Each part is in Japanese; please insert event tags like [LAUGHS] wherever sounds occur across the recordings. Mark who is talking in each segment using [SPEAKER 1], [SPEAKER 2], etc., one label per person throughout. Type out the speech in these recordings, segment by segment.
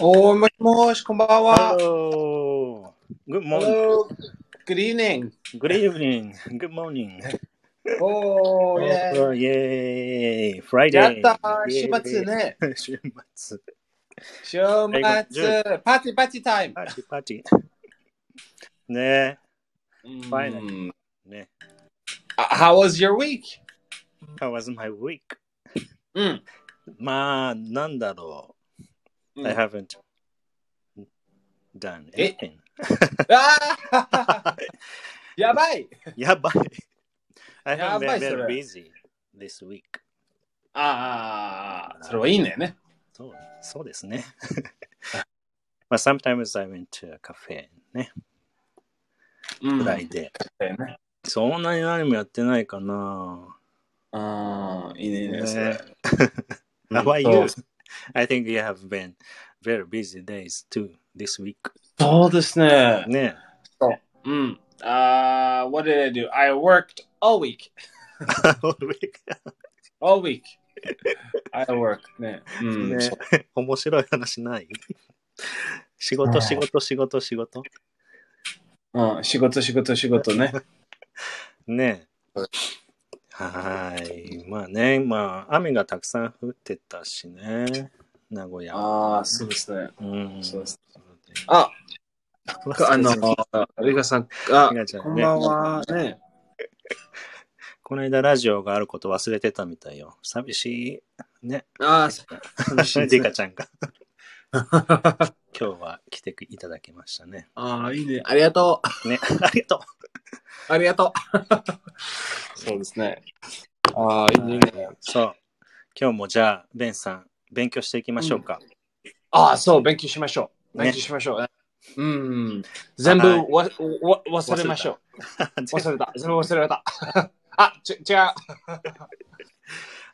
[SPEAKER 1] おー、もしもし、こんばんは。
[SPEAKER 2] Hello. Good morning.
[SPEAKER 1] Hello. Oh, Good evening. Oh,
[SPEAKER 2] Good evening. Good morning.
[SPEAKER 1] おー、イェー
[SPEAKER 2] Oh, yay.
[SPEAKER 1] イ。やっ
[SPEAKER 2] Friday.
[SPEAKER 1] た
[SPEAKER 2] Yay.
[SPEAKER 1] 週末
[SPEAKER 2] [LAUGHS]
[SPEAKER 1] ね。
[SPEAKER 2] 週末。
[SPEAKER 1] 週末、パーティーパーティータイム。
[SPEAKER 2] パーティーパーティー。ね
[SPEAKER 1] う
[SPEAKER 2] Finally.
[SPEAKER 1] ん
[SPEAKER 2] え。
[SPEAKER 1] Mm.
[SPEAKER 2] ね
[SPEAKER 1] Uh, How was your week? Mm.
[SPEAKER 2] How was my week?
[SPEAKER 1] [LAUGHS] うん。
[SPEAKER 2] まあ、なんだろ
[SPEAKER 1] う
[SPEAKER 2] う。
[SPEAKER 1] ん
[SPEAKER 2] I haven't done
[SPEAKER 1] え
[SPEAKER 2] anything. [LAUGHS]
[SPEAKER 1] あーやばい
[SPEAKER 2] やばい。I
[SPEAKER 1] や
[SPEAKER 2] have
[SPEAKER 1] ばい
[SPEAKER 2] been
[SPEAKER 1] それ
[SPEAKER 2] very busy this week.
[SPEAKER 1] Ah. ああ、それはいいんだよね。
[SPEAKER 2] そうそうです [LAUGHS] ね。まあ、sometimes I went to a cafe ね。
[SPEAKER 1] うん Mm.
[SPEAKER 2] ぐらいで。
[SPEAKER 1] だよね
[SPEAKER 2] そんなに何もやってないかな。
[SPEAKER 1] ああ、いいね、そ [LAUGHS] れ。
[SPEAKER 2] ね How about you?
[SPEAKER 1] そ
[SPEAKER 2] I think you have been very busy days too this week.
[SPEAKER 1] そうですね。
[SPEAKER 2] ね。
[SPEAKER 1] うん。ああ、what Ah, did I do? I worked all week.
[SPEAKER 2] [LAUGHS]
[SPEAKER 1] All
[SPEAKER 2] All week.
[SPEAKER 1] week. I work. ね。うん。
[SPEAKER 2] ね。面白い話ない [LAUGHS] 仕事、仕事、仕事、仕事。
[SPEAKER 1] うん、仕事、仕事、仕事ね。
[SPEAKER 2] ね
[SPEAKER 1] は
[SPEAKER 2] はーい。まあね、まあ、雨がたくさん降ってたしね。名古屋。
[SPEAKER 1] ああ、そうですね。
[SPEAKER 2] うん。
[SPEAKER 1] そうです。
[SPEAKER 2] そ
[SPEAKER 1] あ、
[SPEAKER 2] れで
[SPEAKER 1] あの、リカさん、あ
[SPEAKER 2] リ、カちゃ
[SPEAKER 1] こ
[SPEAKER 2] ん
[SPEAKER 1] ん
[SPEAKER 2] ね
[SPEAKER 1] ばんは。ね。
[SPEAKER 2] この間ラジオがあること忘れてたみたいよ。寂しい。ね。
[SPEAKER 1] ああ、
[SPEAKER 2] [LAUGHS]
[SPEAKER 1] 寂しいです
[SPEAKER 2] リカ
[SPEAKER 1] ね。
[SPEAKER 2] ちゃんが今日は来ていただきましたね。
[SPEAKER 1] ああ、いいね。ありがと
[SPEAKER 2] ね。ありがと。
[SPEAKER 1] う。ありがとう。そうですね。ああ、いいうね。
[SPEAKER 2] そう。今日もじゃあ、ベンさん、勉強していきましょうか。
[SPEAKER 1] ああ、そう、勉強しましょう。
[SPEAKER 2] ね
[SPEAKER 1] 勉強しましょう。うん。全部
[SPEAKER 2] はい
[SPEAKER 1] わ、わ、忘れましょう。忘れた。全部忘れた。 [LAUGHS] あ、ち、違う。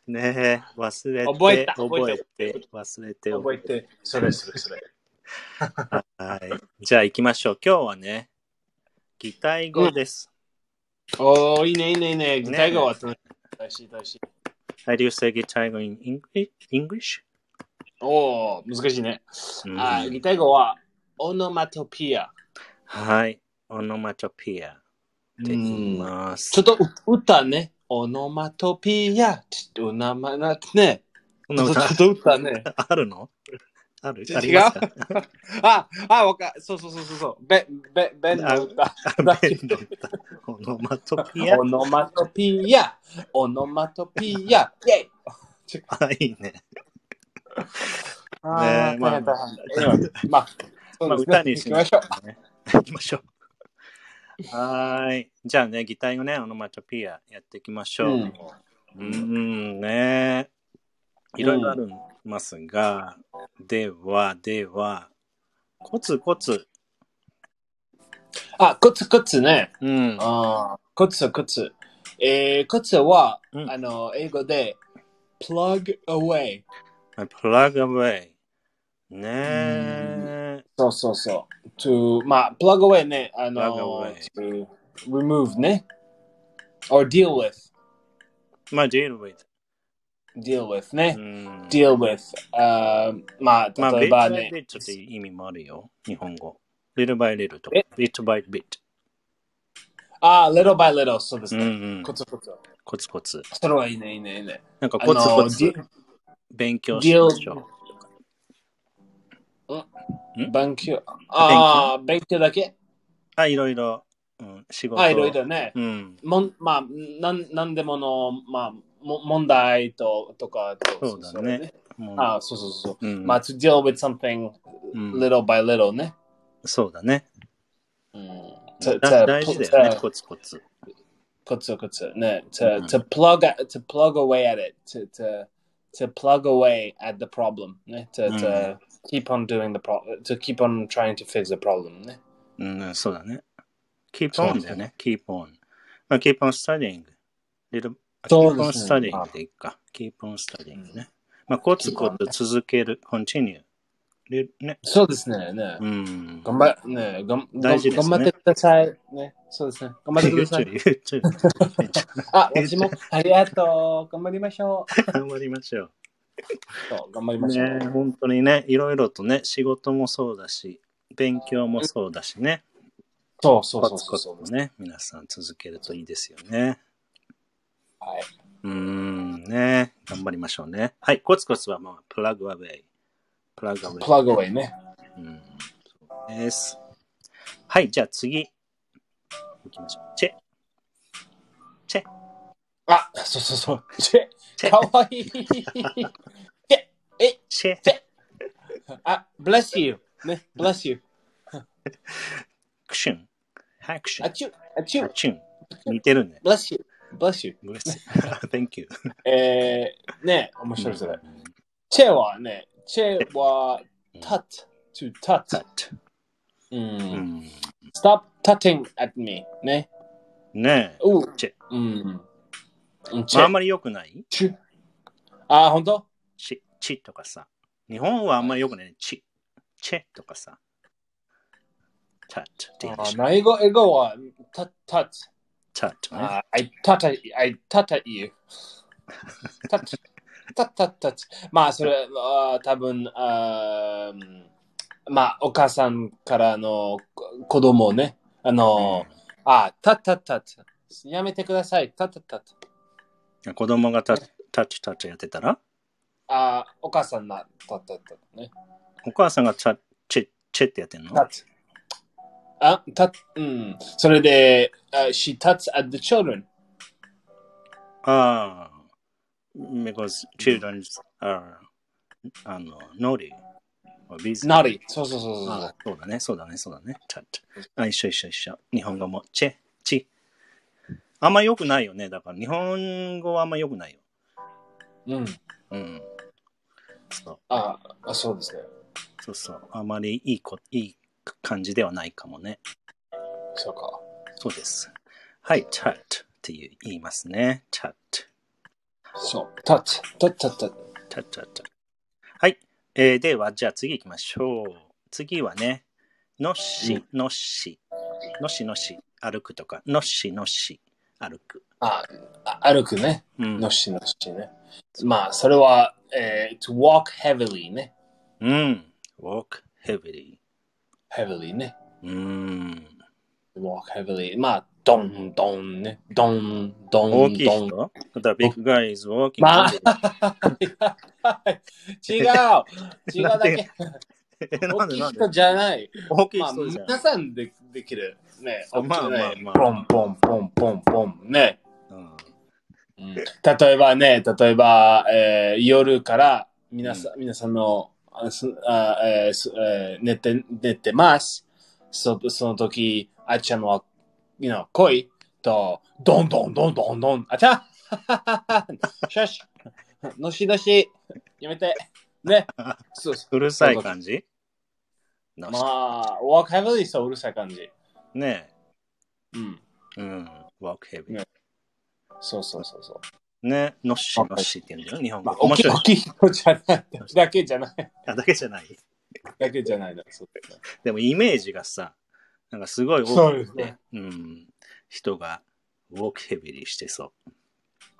[SPEAKER 2] ねえ、忘れて、
[SPEAKER 1] 覚えた
[SPEAKER 2] 覚え
[SPEAKER 1] 覚え
[SPEAKER 2] て、忘れて、
[SPEAKER 1] 覚えて。それ、それ、それ。
[SPEAKER 2] はい。じゃあ行きましょう。今日はね、擬態語です。
[SPEAKER 1] おー、いいね、いいね、いいね。具体語は
[SPEAKER 2] ね
[SPEAKER 1] 楽しい、楽しい。
[SPEAKER 2] How do you say 擬態語 in English? English?
[SPEAKER 1] おー、難しいね。
[SPEAKER 2] うん
[SPEAKER 1] あー、具体語は、オノマトピア。
[SPEAKER 2] はい。オノマトピアで言
[SPEAKER 1] う
[SPEAKER 2] い
[SPEAKER 1] ん
[SPEAKER 2] ます。
[SPEAKER 1] ちょっとう歌ね。オノマトピア。ちょっと、なまな、ね。
[SPEAKER 2] そん
[SPEAKER 1] ち
[SPEAKER 2] な
[SPEAKER 1] ょ
[SPEAKER 2] 歌
[SPEAKER 1] っと歌ね。
[SPEAKER 2] あるのある
[SPEAKER 1] 違う
[SPEAKER 2] ありますか
[SPEAKER 1] あ、あ、わか、そうそうそうそうそう。べ、べ、べんの歌。
[SPEAKER 2] あベンの歌オノマトピア
[SPEAKER 1] オ。ノマトピア、オノマトピア、イェイ
[SPEAKER 2] あ、いいね。
[SPEAKER 1] あー大変大変 Anyway まあ、
[SPEAKER 2] ねまあ
[SPEAKER 1] そ
[SPEAKER 2] [LAUGHS] まあ
[SPEAKER 1] うですね
[SPEAKER 2] 歌に
[SPEAKER 1] 行
[SPEAKER 2] し
[SPEAKER 1] きましょう。
[SPEAKER 2] う、ね。行きましょう。はーい。じゃあね、擬態語ね、オノマトピアやっていきましょう。
[SPEAKER 1] う
[SPEAKER 2] うんーん、ねいろいろありますが、では、では、コツコツ。
[SPEAKER 1] あ、コツコツね。
[SPEAKER 2] うん。
[SPEAKER 1] あーコツコツ。えー、コツは、
[SPEAKER 2] うん
[SPEAKER 1] あの、英語で、plug away。
[SPEAKER 2] プラグアウェイ。ねえ。
[SPEAKER 1] そうそうそう。to, まあ、plug away ね、あ
[SPEAKER 2] plug
[SPEAKER 1] の
[SPEAKER 2] away、
[SPEAKER 1] to remove ね。or deal with。
[SPEAKER 2] まあ、deal with。
[SPEAKER 1] deal with ね。
[SPEAKER 2] うん。
[SPEAKER 1] deal with。あーま
[SPEAKER 2] ま
[SPEAKER 1] あ、
[SPEAKER 2] あ、
[SPEAKER 1] 例え
[SPEAKER 2] ビッ
[SPEAKER 1] ば
[SPEAKER 2] トバイ
[SPEAKER 1] ね
[SPEAKER 2] ビットって意味もあるよ。日本語。リルバイリルとか
[SPEAKER 1] え。
[SPEAKER 2] ビットバイビット。
[SPEAKER 1] ああ、little by little、そうです
[SPEAKER 2] う
[SPEAKER 1] ね。
[SPEAKER 2] んうん。
[SPEAKER 1] コツコツ。
[SPEAKER 2] コツコツ。
[SPEAKER 1] それはいいね、いいね、いいね。
[SPEAKER 2] なんかコツコツ
[SPEAKER 1] あの
[SPEAKER 2] 勉強しましょん
[SPEAKER 1] 勉強。ああ、勉強だけ
[SPEAKER 2] う。あ、いろいろ。うん、仕事。
[SPEAKER 1] あいろいろね。
[SPEAKER 2] うん。
[SPEAKER 1] もんまあ、なんなんでもの、まあ、も問題ととかと
[SPEAKER 2] そうだね。もう
[SPEAKER 1] ああ、そうそうそう。
[SPEAKER 2] うん
[SPEAKER 1] まあ、to deal with something
[SPEAKER 2] うん
[SPEAKER 1] little by little ね。
[SPEAKER 2] そうだね。
[SPEAKER 1] うん。
[SPEAKER 2] だ
[SPEAKER 1] to- to-
[SPEAKER 2] 大事だよね、
[SPEAKER 1] to-
[SPEAKER 2] コツコツ。
[SPEAKER 1] コツコツね。To,
[SPEAKER 2] うん
[SPEAKER 1] to, plug, at- to plug away at it. To, to, to plug away at the problem. ね。To,
[SPEAKER 2] うん
[SPEAKER 1] to keep on doing the problem. To keep on trying to fix the problem ね。
[SPEAKER 2] うん、そうだね。keep
[SPEAKER 1] そう
[SPEAKER 2] on だよね、keep on。まあ、keep on studying。little あ
[SPEAKER 1] そう
[SPEAKER 2] keep
[SPEAKER 1] で
[SPEAKER 2] on
[SPEAKER 1] すね
[SPEAKER 2] studying でいいか。keep on studying ね。まあ、コツコツ続ける、continue。りね。
[SPEAKER 1] そうですね。ね。
[SPEAKER 2] うん。
[SPEAKER 1] 頑張ねがんがん
[SPEAKER 2] 大事ですね
[SPEAKER 1] 頑張ってください。ね、そうですね。頑張ってくだ
[SPEAKER 2] [LAUGHS]
[SPEAKER 1] さい。
[SPEAKER 2] YouTube、YouTube。
[SPEAKER 1] あ、私もありがとう。頑張りましょ
[SPEAKER 2] 頑張りましょう。
[SPEAKER 1] そう、頑張りましょう。
[SPEAKER 2] ね、本当にね、いろいろとね、仕事もそうだし、勉強もそうだしね、
[SPEAKER 1] そうそう
[SPEAKER 2] コ
[SPEAKER 1] そう
[SPEAKER 2] ツ
[SPEAKER 1] そ
[SPEAKER 2] コ
[SPEAKER 1] う
[SPEAKER 2] ツとね、皆さん続けるといいですよね。
[SPEAKER 1] はいう
[SPEAKER 2] ーん、ね、頑張りましょうね。はい、コツコツはまあ、プラグアウェイ。プラグアウェイ。
[SPEAKER 1] プラグアウェイね。
[SPEAKER 2] うん、そうです。はい、じゃあ次。行きましょう。チェ、
[SPEAKER 1] あ、そうそうそう。チェ、
[SPEAKER 2] チェ
[SPEAKER 1] かわいい。
[SPEAKER 2] チェ、
[SPEAKER 1] あ、bless you。ね、bless you。
[SPEAKER 2] クシュン。ハクシュ
[SPEAKER 1] あ
[SPEAKER 2] ン。
[SPEAKER 1] ちゅ、あち
[SPEAKER 2] ハ
[SPEAKER 1] ゅ、
[SPEAKER 2] チュン。似てるね。
[SPEAKER 1] bless you。bless you。
[SPEAKER 2] ブレス。Thank
[SPEAKER 1] [LAUGHS]
[SPEAKER 2] you.
[SPEAKER 1] えー、ね、面白いそれ。チェはね、チェは、touch to touch。
[SPEAKER 2] Cut.
[SPEAKER 1] う。
[SPEAKER 2] うんん
[SPEAKER 1] stop touching at me。ね。
[SPEAKER 2] ねえ。
[SPEAKER 1] う
[SPEAKER 2] チェ。
[SPEAKER 1] うん。うんチ
[SPEAKER 2] まあ、あん
[SPEAKER 1] ェ。
[SPEAKER 2] まり良くない
[SPEAKER 1] チュ。あ、ほんと
[SPEAKER 2] チ、チとかさ。日本はあんまり良くない。チ、チェとかさ。タッチって言うで
[SPEAKER 1] あ
[SPEAKER 2] しょ。
[SPEAKER 1] な英語、英語は、touch、touch。
[SPEAKER 2] タッチね。
[SPEAKER 1] あ I tata, I tata you. Tut- tut- tut- tut. まあ、それは多分、あーまあ、お母さんからのこ子供をね、あの、あ、たたたた。やめてください、たたたた。
[SPEAKER 2] 子供がタタッチタッチやってたら
[SPEAKER 1] あ、お母さんな、たたた。ね。
[SPEAKER 2] お母さんがチャチェ、チェってやってんの
[SPEAKER 1] たつ。あ、た、うん。それで、あ she tuts at the children.
[SPEAKER 2] ああ。because children are あの、naughty or busy.
[SPEAKER 1] なり。そうそうそうそう
[SPEAKER 2] あ。あそうだね、そうだね、そうだね。チャッチ。あ、一緒一緒一緒。日本語もチェ、チ。あんま良くないよね。だから日本語はあんま良くないよ。
[SPEAKER 1] うん。
[SPEAKER 2] うん。そう
[SPEAKER 1] あ、あそうですね。
[SPEAKER 2] そうそう。あまりいいこ、いい感じではないかもね。
[SPEAKER 1] そうか。
[SPEAKER 2] そうです。はい、チャットっていう言いますね。チャット。
[SPEAKER 1] そう。たつ、たたた。
[SPEAKER 2] チャッチャッチャ。はい。えーでは、じゃあ次行きましょう。次はね、のっ
[SPEAKER 1] う
[SPEAKER 2] し、のっし。のっしのっし、歩くとか、のっしのっし、歩く。
[SPEAKER 1] あ、あ歩くね。
[SPEAKER 2] うん。
[SPEAKER 1] のしのしね。まあ、それは、えー、to walk heavily ね。
[SPEAKER 2] うん。walk heavily.
[SPEAKER 1] heavily ね。
[SPEAKER 2] うん。
[SPEAKER 1] walk heavily. まあ、ドンドンね。ドンドンド
[SPEAKER 2] 大
[SPEAKER 1] ン。
[SPEAKER 2] きい人 ?The big guy is walking.
[SPEAKER 1] ま
[SPEAKER 2] heavily.
[SPEAKER 1] あ、 [LAUGHS] 違う違う
[SPEAKER 2] [LAUGHS]
[SPEAKER 1] だけ。
[SPEAKER 2] えな
[SPEAKER 1] 大
[SPEAKER 2] ん
[SPEAKER 1] き
[SPEAKER 2] で
[SPEAKER 1] い
[SPEAKER 2] なんで
[SPEAKER 1] 人じゃない。
[SPEAKER 2] 大きい
[SPEAKER 1] まあ、
[SPEAKER 2] 人じゃん。
[SPEAKER 1] 皆さんでできる。ね。
[SPEAKER 2] あまあまあまあ
[SPEAKER 1] ポンポンポンポンポン。ね。
[SPEAKER 2] うん
[SPEAKER 1] うん例えばね、例えば、えー夜から皆さん、皆さんのあすあ、えーすえー寝て寝てます。そその時、あっちゃんは、you know、恋と、どんどんどんどんどん、あちゃ [LAUGHS] シャシのしのし、やめて。ね。そう
[SPEAKER 2] うるさい感じのっし
[SPEAKER 1] まあ、ワークヘブリーそううるさい感じ。
[SPEAKER 2] ね
[SPEAKER 1] うん。
[SPEAKER 2] え。うん。walk heavily.
[SPEAKER 1] ねそうそうそうそう。
[SPEAKER 2] ね。のっしのっしって言うんだよ、日本
[SPEAKER 1] まあ
[SPEAKER 2] 語。、
[SPEAKER 1] 大
[SPEAKER 2] 面
[SPEAKER 1] きい
[SPEAKER 2] 白い
[SPEAKER 1] 大。きい人じゃない。だけじゃない。
[SPEAKER 2] あだけじゃない。
[SPEAKER 1] だけじゃないな。そう
[SPEAKER 2] でもイメージがさ、なんかすごい
[SPEAKER 1] そ
[SPEAKER 2] 多
[SPEAKER 1] うで
[SPEAKER 2] く
[SPEAKER 1] す
[SPEAKER 2] て、
[SPEAKER 1] ね
[SPEAKER 2] うん、人が walk heavily してそ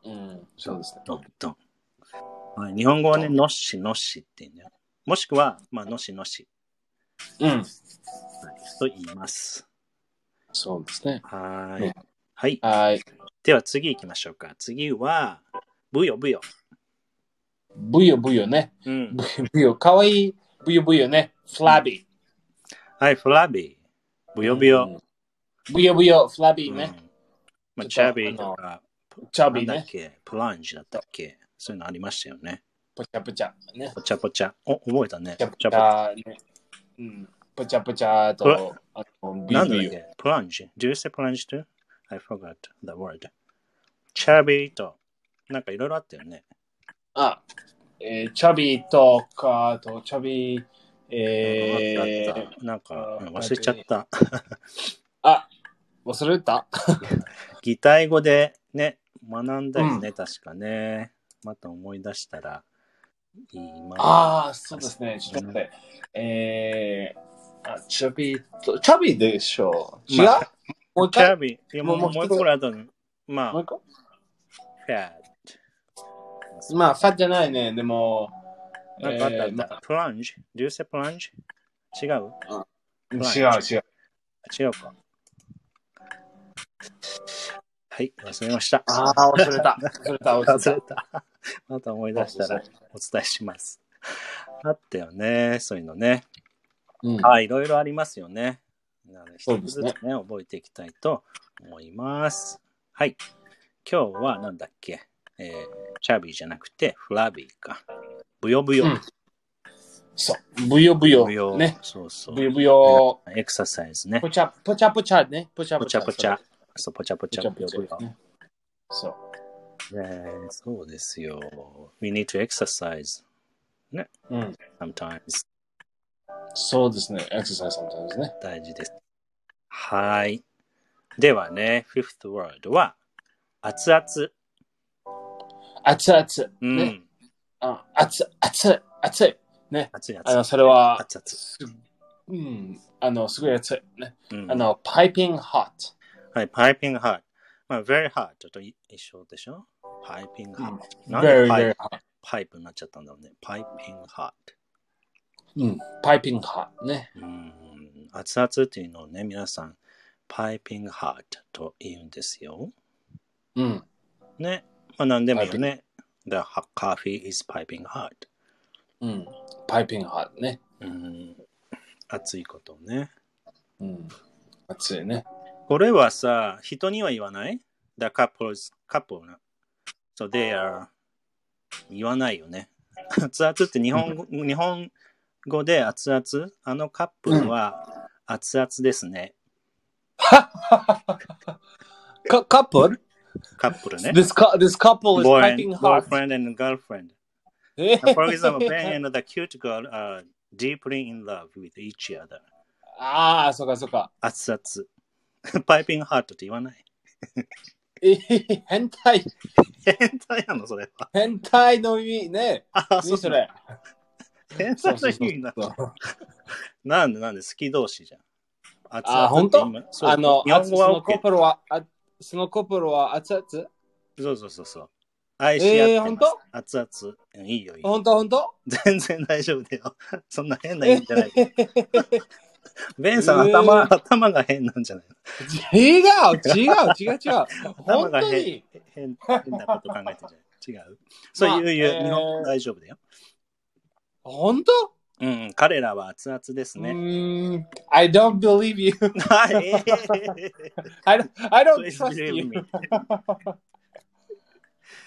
[SPEAKER 2] う。
[SPEAKER 1] うん、そうですね。
[SPEAKER 2] どんどん。はい、日本語はね、
[SPEAKER 1] どん
[SPEAKER 2] のっしのっしって言うんだよ。もしくは、まあ、のっしのっし、
[SPEAKER 1] うん。
[SPEAKER 2] はい、と言います。
[SPEAKER 1] そうですね。
[SPEAKER 2] は
[SPEAKER 1] う
[SPEAKER 2] い
[SPEAKER 1] ん。
[SPEAKER 2] はい。
[SPEAKER 1] はい。
[SPEAKER 2] では次行きましょうか。次は、ぶよぶよ。
[SPEAKER 1] ブヨブヨね。
[SPEAKER 2] うん
[SPEAKER 1] ブ。ヨブヨ。かわいい。ブヨブヨね。フラビ
[SPEAKER 2] はい、フラビー。ぶ
[SPEAKER 1] ー。
[SPEAKER 2] よぶよ。。
[SPEAKER 1] ブヨブヨ。フラビ
[SPEAKER 2] う
[SPEAKER 1] ー
[SPEAKER 2] ん。
[SPEAKER 1] ね。
[SPEAKER 2] まあ、チ
[SPEAKER 1] ちょ
[SPEAKER 2] ャ
[SPEAKER 1] っと
[SPEAKER 2] ビーとか、
[SPEAKER 1] チャビー
[SPEAKER 2] なんだっ
[SPEAKER 1] ね。
[SPEAKER 2] け、プランジだったっけ。そういうのありましたよね。
[SPEAKER 1] ぽちゃぽちゃ。ね。
[SPEAKER 2] ぽちゃぽちゃ。お、覚えたね。
[SPEAKER 1] ぽちゃぽちゃ。ね。うん。ぽちゃぽちゃと、あの、ブヨ
[SPEAKER 2] なんだ
[SPEAKER 1] ブ
[SPEAKER 2] っ
[SPEAKER 1] ヨ。
[SPEAKER 2] けプランジ ?Do you say プランジ too? I forgot the word. チャビーと、なんかいろいろあったよね。
[SPEAKER 1] あ、えー、チャビーとか、あと、チャビー、え
[SPEAKER 2] あっ
[SPEAKER 1] ー、
[SPEAKER 2] たなんか
[SPEAKER 1] あ
[SPEAKER 2] うん忘れちゃった。 [LAUGHS]
[SPEAKER 1] あ、忘れた
[SPEAKER 2] 擬態語でね、学んだよね、確かね。また思い出したら言います。
[SPEAKER 1] ああ、そうですね。ちょっと待って。えー、あ、チャビーと、チャビーでしょ違う、
[SPEAKER 2] まあ
[SPEAKER 1] もう一
[SPEAKER 2] チャ
[SPEAKER 1] 回
[SPEAKER 2] ビー、いや
[SPEAKER 1] も
[SPEAKER 2] も
[SPEAKER 1] うもう
[SPEAKER 2] う
[SPEAKER 1] 一
[SPEAKER 2] もう
[SPEAKER 1] つ
[SPEAKER 2] 一個ぐらい後に、ま
[SPEAKER 1] もう
[SPEAKER 2] あ
[SPEAKER 1] 一、個
[SPEAKER 2] ファット。
[SPEAKER 1] まあ、ファッじゃないね。でも、
[SPEAKER 2] なんかあった、
[SPEAKER 1] えーま
[SPEAKER 2] プランジ流星プランジ違う
[SPEAKER 1] 違う
[SPEAKER 2] はい
[SPEAKER 1] 違う。
[SPEAKER 2] 違うか。はい、忘れました。
[SPEAKER 1] ああ、忘れた。忘れた、忘
[SPEAKER 2] 忘
[SPEAKER 1] れ
[SPEAKER 2] れた。 [LAUGHS] また思い
[SPEAKER 1] た。
[SPEAKER 2] 出したらお伝えします。あったよね、そういうのね。
[SPEAKER 1] うん
[SPEAKER 2] あいろいろありますよね。なので、
[SPEAKER 1] そ
[SPEAKER 2] 一
[SPEAKER 1] うで
[SPEAKER 2] つ
[SPEAKER 1] す
[SPEAKER 2] ずつ
[SPEAKER 1] ね
[SPEAKER 2] ね、覚えていきたいと思います。はい。今日はなんだっけ、えー、チャビーじゃなくて、フラビーか。ブヨブヨ。
[SPEAKER 1] うんそう。ぶよぶ
[SPEAKER 2] ブ
[SPEAKER 1] よ。
[SPEAKER 2] ヨ。
[SPEAKER 1] ね。
[SPEAKER 2] そうそう
[SPEAKER 1] ぶ。よぶよ。
[SPEAKER 2] エクササイズね。
[SPEAKER 1] ぽちゃ、ぽちゃぽちゃね。ぽちゃ
[SPEAKER 2] ぽ
[SPEAKER 1] ぽ
[SPEAKER 2] ち
[SPEAKER 1] ちゃ。
[SPEAKER 2] ゃぽちゃ。そう、ぽちゃぽち
[SPEAKER 1] ぽ
[SPEAKER 2] ゃ。
[SPEAKER 1] ちゃ
[SPEAKER 2] ブヨ
[SPEAKER 1] ぽちゃで
[SPEAKER 2] ブヨ
[SPEAKER 1] す。ね。そう。
[SPEAKER 2] ねそうですよ。We need to exercise
[SPEAKER 1] うん。
[SPEAKER 2] sometimes.
[SPEAKER 1] そうですね。エクササイズみたいですね。
[SPEAKER 2] 大事です。はい。ではね、fifth word は、熱々。
[SPEAKER 1] 熱々。
[SPEAKER 2] うん。
[SPEAKER 1] ね。あ熱い、熱い、熱い。
[SPEAKER 2] 熱い熱
[SPEAKER 1] あ
[SPEAKER 2] い
[SPEAKER 1] の、。それは、
[SPEAKER 2] 熱
[SPEAKER 1] すうん。あの、すごい熱い。ね。
[SPEAKER 2] 々。うん
[SPEAKER 1] あの、パイピングハット。
[SPEAKER 2] はい、パイピングハート。まあ、very hot と一緒でしょパイピングハート。なんで
[SPEAKER 1] very,
[SPEAKER 2] パ
[SPEAKER 1] very
[SPEAKER 2] イ
[SPEAKER 1] hot.
[SPEAKER 2] パイプになっちゃったんだろうね。パイピングハート。
[SPEAKER 1] うん。パイピングハットね。
[SPEAKER 2] うん。熱々っていうのをね、皆さん、パイピングハートと言うんですよ。
[SPEAKER 1] うん。
[SPEAKER 2] ね。まあ、なんでもいいよね。The hot coffee is piping hot.
[SPEAKER 1] うん。パイピングハットね。
[SPEAKER 2] うん。熱いことをね。
[SPEAKER 1] うん。熱いね。
[SPEAKER 2] これはさ、人には言わない ?The couples, couple な。So they are 言わないよね。熱々って日本語日本語で熱々あのカップルは熱々ですね。
[SPEAKER 1] Cou- couple?
[SPEAKER 2] カップルね。
[SPEAKER 1] This, cou- this couple is piping
[SPEAKER 2] Boyfriend,
[SPEAKER 1] hot.
[SPEAKER 2] boyfriend and girlfriend.
[SPEAKER 1] Eh?
[SPEAKER 2] For example, Ben and the cute girl are deeply in love with each other.
[SPEAKER 1] ああ、そうかそうか。
[SPEAKER 2] 熱々。 [LAUGHS] パイピングハートって言わない。 [LAUGHS]
[SPEAKER 1] えへへ変態、
[SPEAKER 2] 変態なのそれは。
[SPEAKER 1] 変態の意味ね。
[SPEAKER 2] [LAUGHS] あ、
[SPEAKER 1] 何それ。
[SPEAKER 2] 変
[SPEAKER 1] そ
[SPEAKER 2] 態
[SPEAKER 1] うそうそう
[SPEAKER 2] の意味なの。なんでなんで好き同士じゃん。熱々
[SPEAKER 1] あ、本当
[SPEAKER 2] って今そう
[SPEAKER 1] あの、
[SPEAKER 2] 日本語
[SPEAKER 1] あそ
[SPEAKER 2] は
[SPEAKER 1] の
[SPEAKER 2] OK
[SPEAKER 1] コップルは、あそのコップルは熱々
[SPEAKER 2] そうそうそうそう。愛し合っ
[SPEAKER 1] え
[SPEAKER 2] てます。
[SPEAKER 1] ー本当
[SPEAKER 2] 熱々。うんいいよ、いいよ。
[SPEAKER 1] 本当本当
[SPEAKER 2] 全然大丈夫だよ。 [LAUGHS] そんな変な意味じゃない。
[SPEAKER 1] えへへへ
[SPEAKER 2] ベンさん、
[SPEAKER 1] えー
[SPEAKER 2] 頭、頭が変なんじゃない
[SPEAKER 1] 違う違う違う違う。
[SPEAKER 2] 頭
[SPEAKER 1] 本
[SPEAKER 2] が
[SPEAKER 1] 当
[SPEAKER 2] 変
[SPEAKER 1] に。
[SPEAKER 2] 変変なこと考えてんじゃない違う。そういう、いう
[SPEAKER 1] えー
[SPEAKER 2] 日本語大丈夫だよ。
[SPEAKER 1] 本当
[SPEAKER 2] うんうん、彼らは熱々です
[SPEAKER 1] う
[SPEAKER 2] ね。
[SPEAKER 1] ーん。I don't believe you.
[SPEAKER 2] [LAUGHS] はい。え
[SPEAKER 1] [LAUGHS]
[SPEAKER 2] ー
[SPEAKER 1] I don't, I don't
[SPEAKER 2] Please
[SPEAKER 1] trust
[SPEAKER 2] believe
[SPEAKER 1] you.
[SPEAKER 2] me.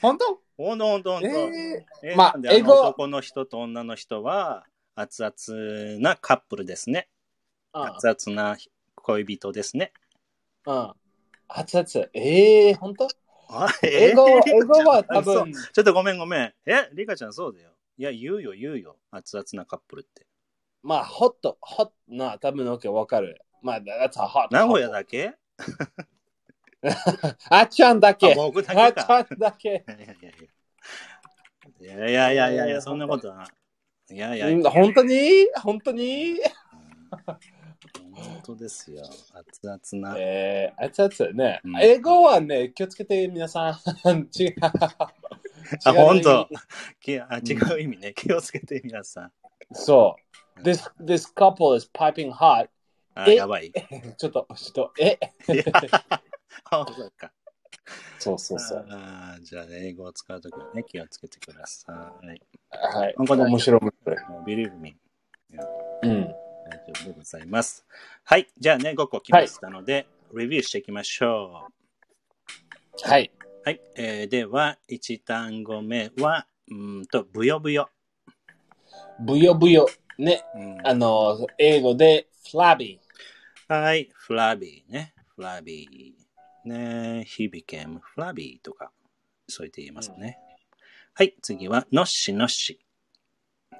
[SPEAKER 1] 本当
[SPEAKER 2] ほんとほんとほんと。
[SPEAKER 1] え
[SPEAKER 2] え
[SPEAKER 1] まあ
[SPEAKER 2] なんでの
[SPEAKER 1] 英語
[SPEAKER 2] 男の人と女の人は熱々なカップルですね。
[SPEAKER 1] ー、
[SPEAKER 2] 熱々な恋人ですね。
[SPEAKER 1] うん。うん。熱々。ええー、本当
[SPEAKER 2] あ
[SPEAKER 1] 英語、
[SPEAKER 2] えー
[SPEAKER 1] 英語
[SPEAKER 2] [LAUGHS]
[SPEAKER 1] は多
[SPEAKER 2] 嘘
[SPEAKER 1] 分。
[SPEAKER 2] ちょっとごめんごめん。え、リカちゃんそうだよ。いや、言うよ言うよ。熱々なカップルって。
[SPEAKER 1] まあ、ホット、ホットな、多分のけわかる。まあ、that's a hot.
[SPEAKER 2] 名古屋だけ
[SPEAKER 1] あっちゃんだ
[SPEAKER 2] あ
[SPEAKER 1] け。
[SPEAKER 2] 僕だ
[SPEAKER 1] あっ
[SPEAKER 2] け
[SPEAKER 1] ち
[SPEAKER 2] か。
[SPEAKER 1] ゃんだけ。
[SPEAKER 2] いやいやいやいやいやいやいや、そんなことは。いやいやい
[SPEAKER 1] うん
[SPEAKER 2] や、
[SPEAKER 1] 本当に本当に
[SPEAKER 2] 本当ですよ。熱々な。
[SPEAKER 1] えー、熱々ね
[SPEAKER 2] うん。
[SPEAKER 1] 英語はね、気をつけて皆さん。 [LAUGHS] 違う。
[SPEAKER 2] あ、本当
[SPEAKER 1] 違う。
[SPEAKER 2] きあ違う意味ね。気をつけて皆さん。
[SPEAKER 1] そう。This, this couple is piping hot.
[SPEAKER 2] あ、
[SPEAKER 1] え
[SPEAKER 2] やばい。
[SPEAKER 1] ちょっと、ちょっと、え
[SPEAKER 2] い [LAUGHS] やあ、そうか。
[SPEAKER 1] そうそうそう。
[SPEAKER 2] あーじゃあ、英語を使うときはね、気をつけてください。
[SPEAKER 1] はい。
[SPEAKER 2] 本当だ
[SPEAKER 1] 面白い面白い。
[SPEAKER 2] Believe me.
[SPEAKER 1] うん。
[SPEAKER 2] 大丈夫でございます。はい。じゃあね、5個来ましたので、レビューしていきましょ
[SPEAKER 1] はい。
[SPEAKER 2] う。はい。えーでは、1単語目は、うーんと、ぶよぶよ。
[SPEAKER 1] ぶよぶよ。ね。
[SPEAKER 2] うん
[SPEAKER 1] あの、英語で、フラビ
[SPEAKER 2] はい。フラビーね。フラビー。ね。he became フラビーとか、そう言って言いますね。はい。次は、のっしのっし。
[SPEAKER 1] ー。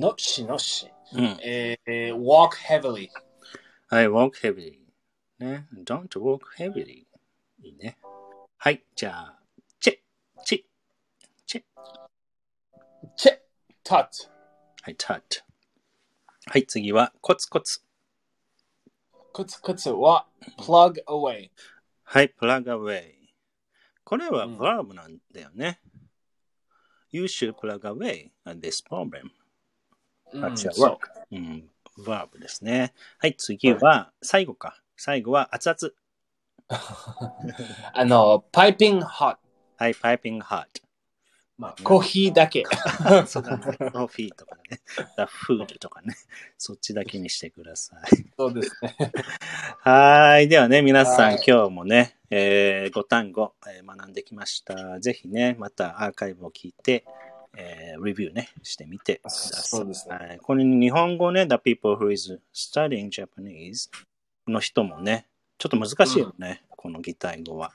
[SPEAKER 1] のっしのっし。
[SPEAKER 2] うん。
[SPEAKER 1] えー、walk heavily.
[SPEAKER 2] はい。walk heavily。ね。don't walk heavily。いいね。はい。じゃあ、チェ、チェ、チェ。
[SPEAKER 1] チェッ、タッツ、
[SPEAKER 2] はい、タッチ。はい、次は、コツコツ。
[SPEAKER 1] コツコツは、plug away。
[SPEAKER 2] はい、プラグアウェイ。これは
[SPEAKER 1] うん
[SPEAKER 2] ブラーブなんだよね。 You should plug away at this problem.
[SPEAKER 1] うん
[SPEAKER 2] That's your
[SPEAKER 1] そう
[SPEAKER 2] work. うん。verb ですね。はい、次は、最後か。最後は熱々。
[SPEAKER 1] あの、パイピングホット。
[SPEAKER 2] はい、piping
[SPEAKER 1] [LAUGHS]
[SPEAKER 2] hot.
[SPEAKER 1] まあ、コーヒーだけ。
[SPEAKER 2] そうだね。コーヒーとかね。The food とかね。そっちだけにしてください。
[SPEAKER 1] そうですね。
[SPEAKER 2] はい。ではね、皆さん、
[SPEAKER 1] はい
[SPEAKER 2] 今日もね、えー、5単語、えー学んできました。ぜひね、またアーカイブを聞いて、えー、レビューね、してみてください。
[SPEAKER 1] [LAUGHS] そうですね
[SPEAKER 2] はい、これ日本語ね、The people who is studying Japanese の人もね、ちょっと難しいよね、この擬態語は。
[SPEAKER 1] うん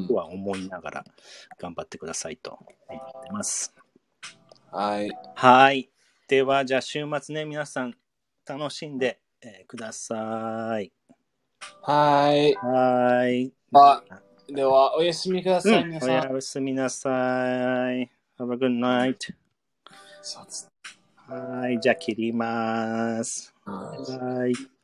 [SPEAKER 2] 僕。は思いながら頑張ってくださいと思ってます。
[SPEAKER 1] はい。
[SPEAKER 2] はい。では、じゃあ週末ね、皆さん楽しんで、えーください。
[SPEAKER 1] はい。
[SPEAKER 2] はい。
[SPEAKER 1] あ、では、おやすみくだ
[SPEAKER 2] う
[SPEAKER 1] さい、
[SPEAKER 2] ん
[SPEAKER 1] 皆、
[SPEAKER 2] お
[SPEAKER 1] さん。
[SPEAKER 2] やすみなさい。Have a good night.
[SPEAKER 1] そうです
[SPEAKER 2] はい、じゃあ切ります。
[SPEAKER 1] ね。
[SPEAKER 2] はい。